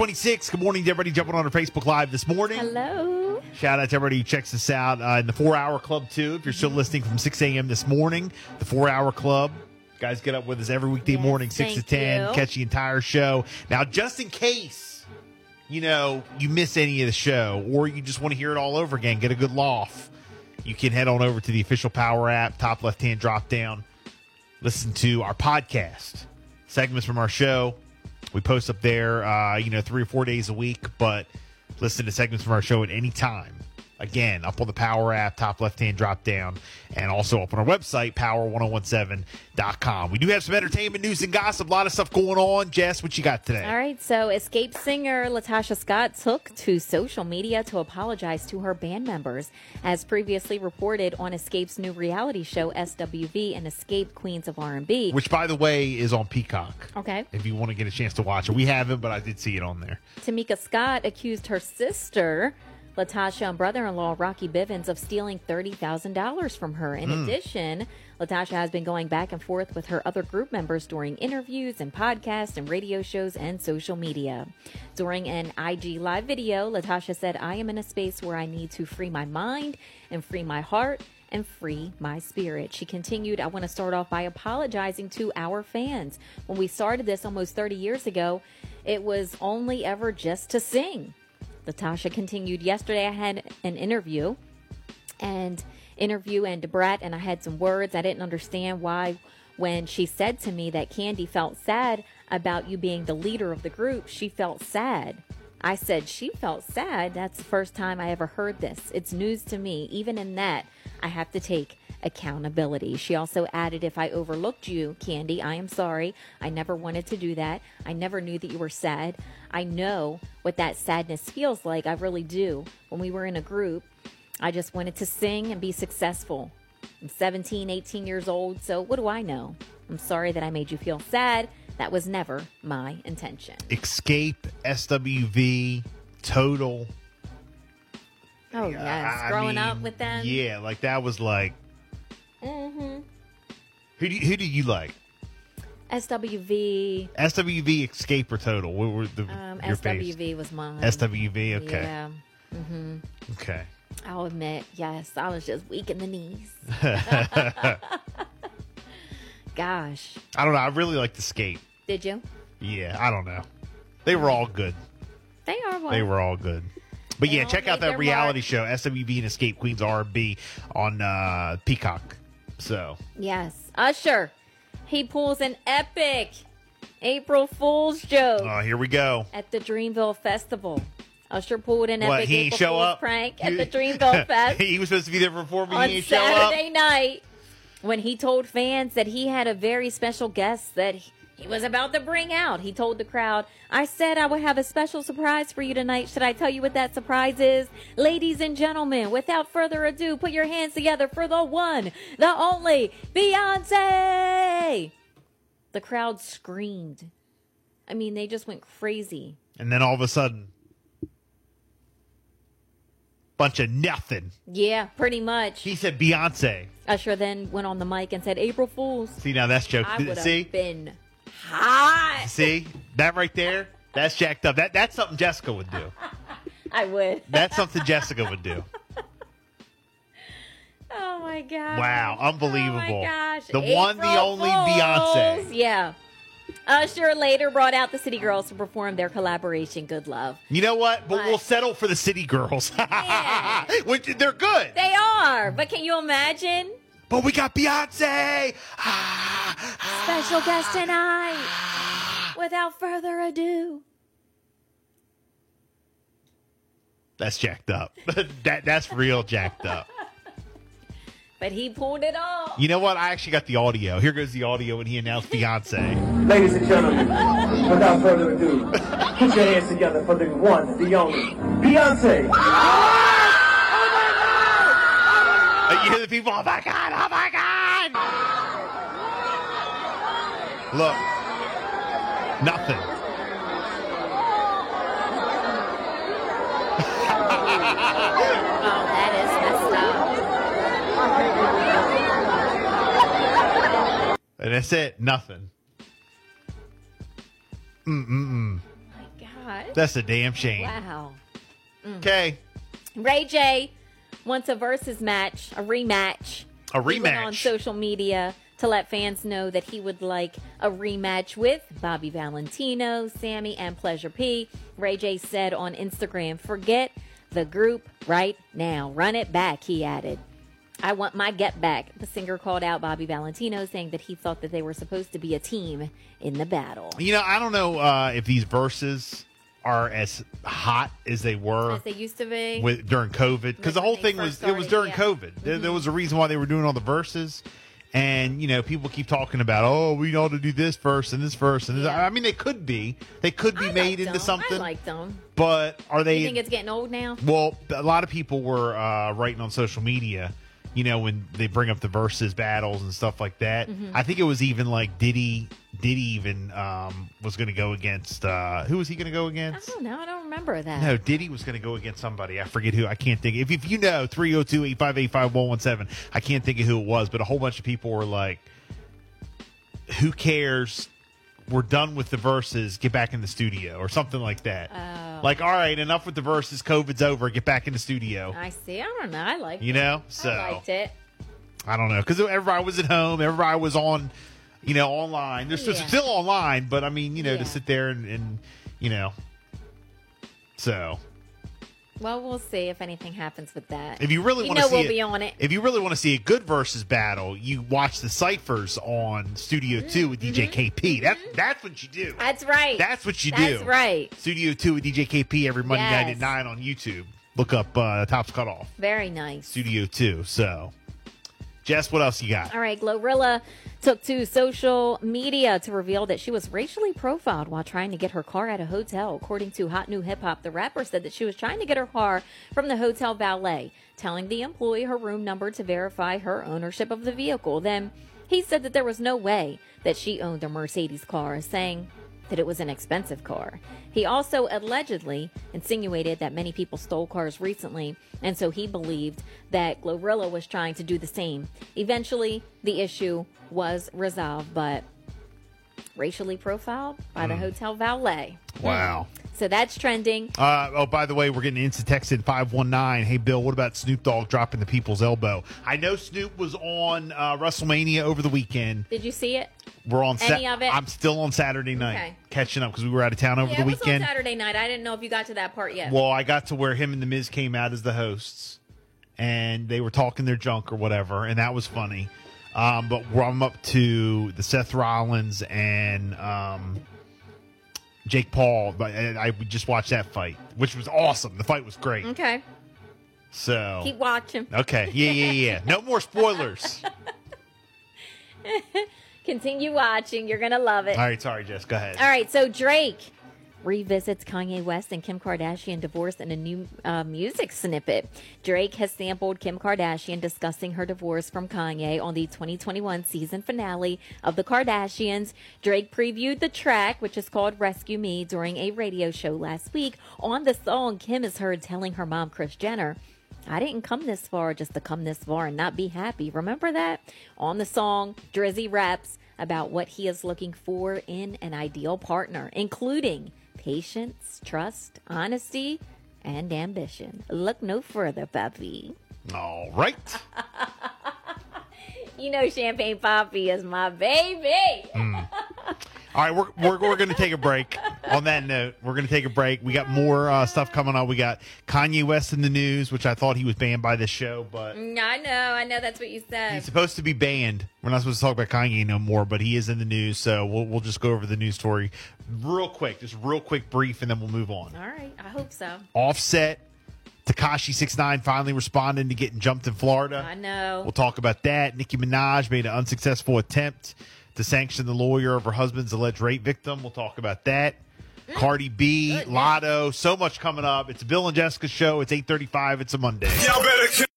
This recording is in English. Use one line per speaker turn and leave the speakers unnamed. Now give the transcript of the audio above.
826. Good morning to everybody jumping on our Facebook Live this morning.
Hello.
Shout out to everybody who checks us out uh, in the Four Hour Club, too. If you're still listening from 6 a.m. this morning, the Four Hour Club. Guys, get up with us every weekday
Yes,
morning, 6 to
thank
10.
you.
Catch the entire show. Now, just in case, you know, you miss any of the show or you just want to hear it all over again, get a good laugh. You can head on over to the official Power app, top left hand drop down listen to our podcast segments from our show. We post up there, uh, you know, three or four days a week, but listen to segments from our show at any time. Again, up on the Power app, top left hand drop down, and also up on our website, power1017.com. We do have some entertainment news and gossip, a lot of stuff going on. Jess, what you got today?
All right, so escape singer Latasha Scott took to social media to apologize to her band members. As previously reported on Escape's new reality show SWV and Escape Queens of R&B.
Which, by the way, is on Peacock.
okay.
If you want to get a chance to watch it, we haven't, but I did see it on there.
Tamika Scott accused her sister, Latasha and brother in law Rocky Bivens, of stealing $30,000 from her. In addition, Latasha has been going back and forth with her other group members during interviews and podcasts and radio shows and social media. During an IG live video, Latasha said, I am in a space where I need to free my mind and free my heart. And free my spirit. She continued, I want to start off by apologizing to our fans. When we started this almost 30 years ago, it was only ever just to sing. Latasha continued, Yesterday I had an interview and interview and Debrat and I had some words. I didn't understand why when she said to me that Candy felt sad about you being the leader of the group, she felt sad. I said she felt sad. That's the first time I ever heard this. It's news to me. Even in that, I have to take accountability. She also added, If I overlooked you, Candy, I am sorry. I never wanted to do that. I never knew that you were sad. I know what that sadness feels like. I really do. When we were in a group, I just wanted to sing and be successful. I'm 17, 18 years old, so what do I know? I'm sorry that I made you feel sad. That was never my intention.
Escape, SWV, Total,
Oh, yes.
I
Growing up
mean,
with them.
Yeah, like that was like
hmm
who do you, who do you like?
SWV.
SWV Escape or Total? What were the
Um,
your faves?
SWV was mine.
SWV. Okay.
Yeah.
Okay.
I'll admit, yes, I was just weak in the knees. Gosh.
I don't know. I really liked Escape.
Did you?
Yeah, I don't know. They were all good.
They are one.
They were all good. But
They
yeah,
all
check out
made
that
their
reality
mark.
show SWV and Escape Queens R&B on uh, Peacock. So
Yes. Usher. He pulls an epic April Fool's joke.
uh, here we go.
at the Dreamville Festival. Usher pulled an
What
epic
he ain't
April
show
Fool's
up?
prank
You-
at the Dreamville Fest
he was supposed to be there for four, but
on
he didn't show up.
Saturday night when he told fans that he had a very special guest that he he was about to bring out. He told the crowd, I said I would have a special surprise for you tonight. Should I tell you what that surprise is? Ladies and gentlemen, without further ado, put your hands together for the one, the only, Beyonce! The crowd screamed. I mean, they just went crazy.
And then all of a sudden, bunch of nothing.
Yeah, pretty much.
He said Beyonce.
Usher then went on the mic and said, April Fools.
See, now that's joke.
I would
See,
have been hot.
see that right there. That's jacked up. That that's something Jessica would do.
I would.
That's something Jessica would do.
Oh my gosh.
Wow,
Oh
unbelievable.
my gosh.
The one, the only Beyonce.
Fools. Yeah. Usher later brought out the City Girls to perform their collaboration, Good Love.
You know what? But
What?
we'll settle for the city girls. Which they're good.
They are, but can you imagine?
but we got Beyonce. Ah, ah.
Special guest tonight. Without further ado.
That's jacked up. that that's real jacked up.
But he pulled it off.
You know what? I actually got the audio. Here goes the audio when he announced Beyonce.
Ladies and gentlemen, without further ado, put your hands together for the one, the only, Beyonce.
Uh, You hear the people, oh my god, oh my god! Look, nothing.
Oh, that is messed up.
And that's it, nothing.
Oh My God. What?
That's a damn shame.
Wow.
Okay.
Ray J wants a versus match, a rematch.
A
He went on
rematch.
social media to let fans know that he would like a rematch with Bobby Valentino, Sammy, and Pleasure P. Ray J said on Instagram, "Forget the group right now. Run it back." He added. I want my get back. The singer called out Bobby Valentino, saying that he thought that they were supposed to be a team in the battle.
you know, I don't know uh, if these verses are as hot as they were.
As they used to be.
with during COVID because the
When
whole
they
thing was
first
it was
started,
during
yeah. Mm-hmm.
COVID. There, there was a reason why they were doing all the verses, and you know people keep talking about oh we ought to do this verse and this verse and this.
Yeah.
I mean they could be they could be
I
made
liked
into
them.
something,
I like them.
but are they?
You think it's getting old now?
well, a lot of people were uh, writing on social media. You know when they bring up the verses battles and stuff like that.
Mm-hmm.
I think it was even like Diddy. Diddy even um, was going to go against uh, who was he going to go
I
against?
don't know. Oh, I don't remember that.
No, Diddy was going to go against somebody. I forget who. I can't think. If, if you know, 302 858 5117. I can't think of who it was, but a whole bunch of people were like, who cares? We're done with the verses. Get back in the studio or something like that.
Oh.
Like, all right, enough with the verses. COVID's over. Get back in the studio.
I see. I don't know. I like
You
it.
know? So,
I liked it.
I don't know. Because everybody was at home. Everybody was on, you know, online. They're
Yeah.
still online, but I mean, you know,
Yeah.
to sit there and, and, you know. So,
Well, we'll see if anything happens with that.
If you really
You
want to
know
see
we'll
it-
be on it.
if you really want to see a good versus battle, you watch the ciphers on Studio
Mm-hmm,
Two with DJ KP. That that's what you do.
That's right.
That's what you do.
Mm-hmm. That's right.
Studio Two with DJ KP every Monday night at
Yes.
nine on YouTube. Look up uh, Tops Cut Off
Very nice.
Studio Two. So, Jess, what else you got?
All right, Glorilla took to social media to reveal that she was racially profiled while trying to get her car at a hotel. According to Hot New Hip Hop, the rapper said that she was trying to get her car from the hotel valet, telling the employee her room number to verify her ownership of the vehicle. Then he said that there was no way that she owned a Mercedes car, saying, that it was an expensive car. He also allegedly insinuated that many people stole cars recently, and so he believed that Glorilla was trying to do the same. Eventually, the issue was resolved, but racially profiled by
Mm.
the hotel valet.
Wow.
So that's trending.
Uh, oh, by the way, we're getting instant text in 519. Hey, Bill, what about Snoop Dogg dropping the people's elbow? I know Snoop was on uh, WrestleMania over the weekend.
Did you see it?
We're on
Any
Sa-
of it?
I'm still on Saturday night
Okay.
catching up because we were out of town over
Yeah,
the
it was
weekend.
on Saturday night. I didn't know if you got to that part yet.
Well, I got to where him and the Miz came out as the hosts, and they were talking their junk or whatever, and that was funny. Um, but where I'm up to the Seth Rollins and um, Jake Paul. But I, I just watched that fight, which was awesome. The fight was great.
okay.
So
Mm-hmm. Keep watching.
okay, yeah, yeah, yeah. No more spoilers.
Continue watching. You're going to love it.
All right, sorry, Jess. Go ahead.
All right, so Drake revisits Kanye West and Kim Kardashian divorce in a new uh, music snippet. Drake has sampled Kim Kardashian discussing her divorce from Kanye on the 2021 season finale of The Kardashians. Drake previewed the track, which is called Rescue Me, during a radio show last week. On the song, Kim is heard telling her mom, Kris Jenner, I didn't come this far just to come this far and not be happy. Remember that? On the song, Drizzy raps about what he is looking for in an ideal partner, including patience, trust, honesty, and ambition. Look no further, puppy.
All right.
You know, Champagne Poppy is my baby.
All right, we're, we're, we're going to take a break. On that note, we're going to take a break. We got more uh, stuff coming on. We got Kanye West in the news, which I thought he was banned by this show, but
I know, I know that's what you
he's
said.
supposed to be banned. We're not supposed to talk about Kanye no more, but he is in the news. So we'll, we'll just go over the news story real quick, just real quick, brief, and then we'll move on.
All right, I hope so.
Offset, Takashi Six Nine finally responding to getting jumped in Florida.
I know.
We'll talk about that. Nicki Minaj made an unsuccessful attempt to sanction the lawyer of her husband's alleged rape victim. We'll talk about that. Cardi B,
Goodness.
Lotto, so much coming up. It's Bill and Jessica's show. It's 8:35. It's a Monday.
Y'all better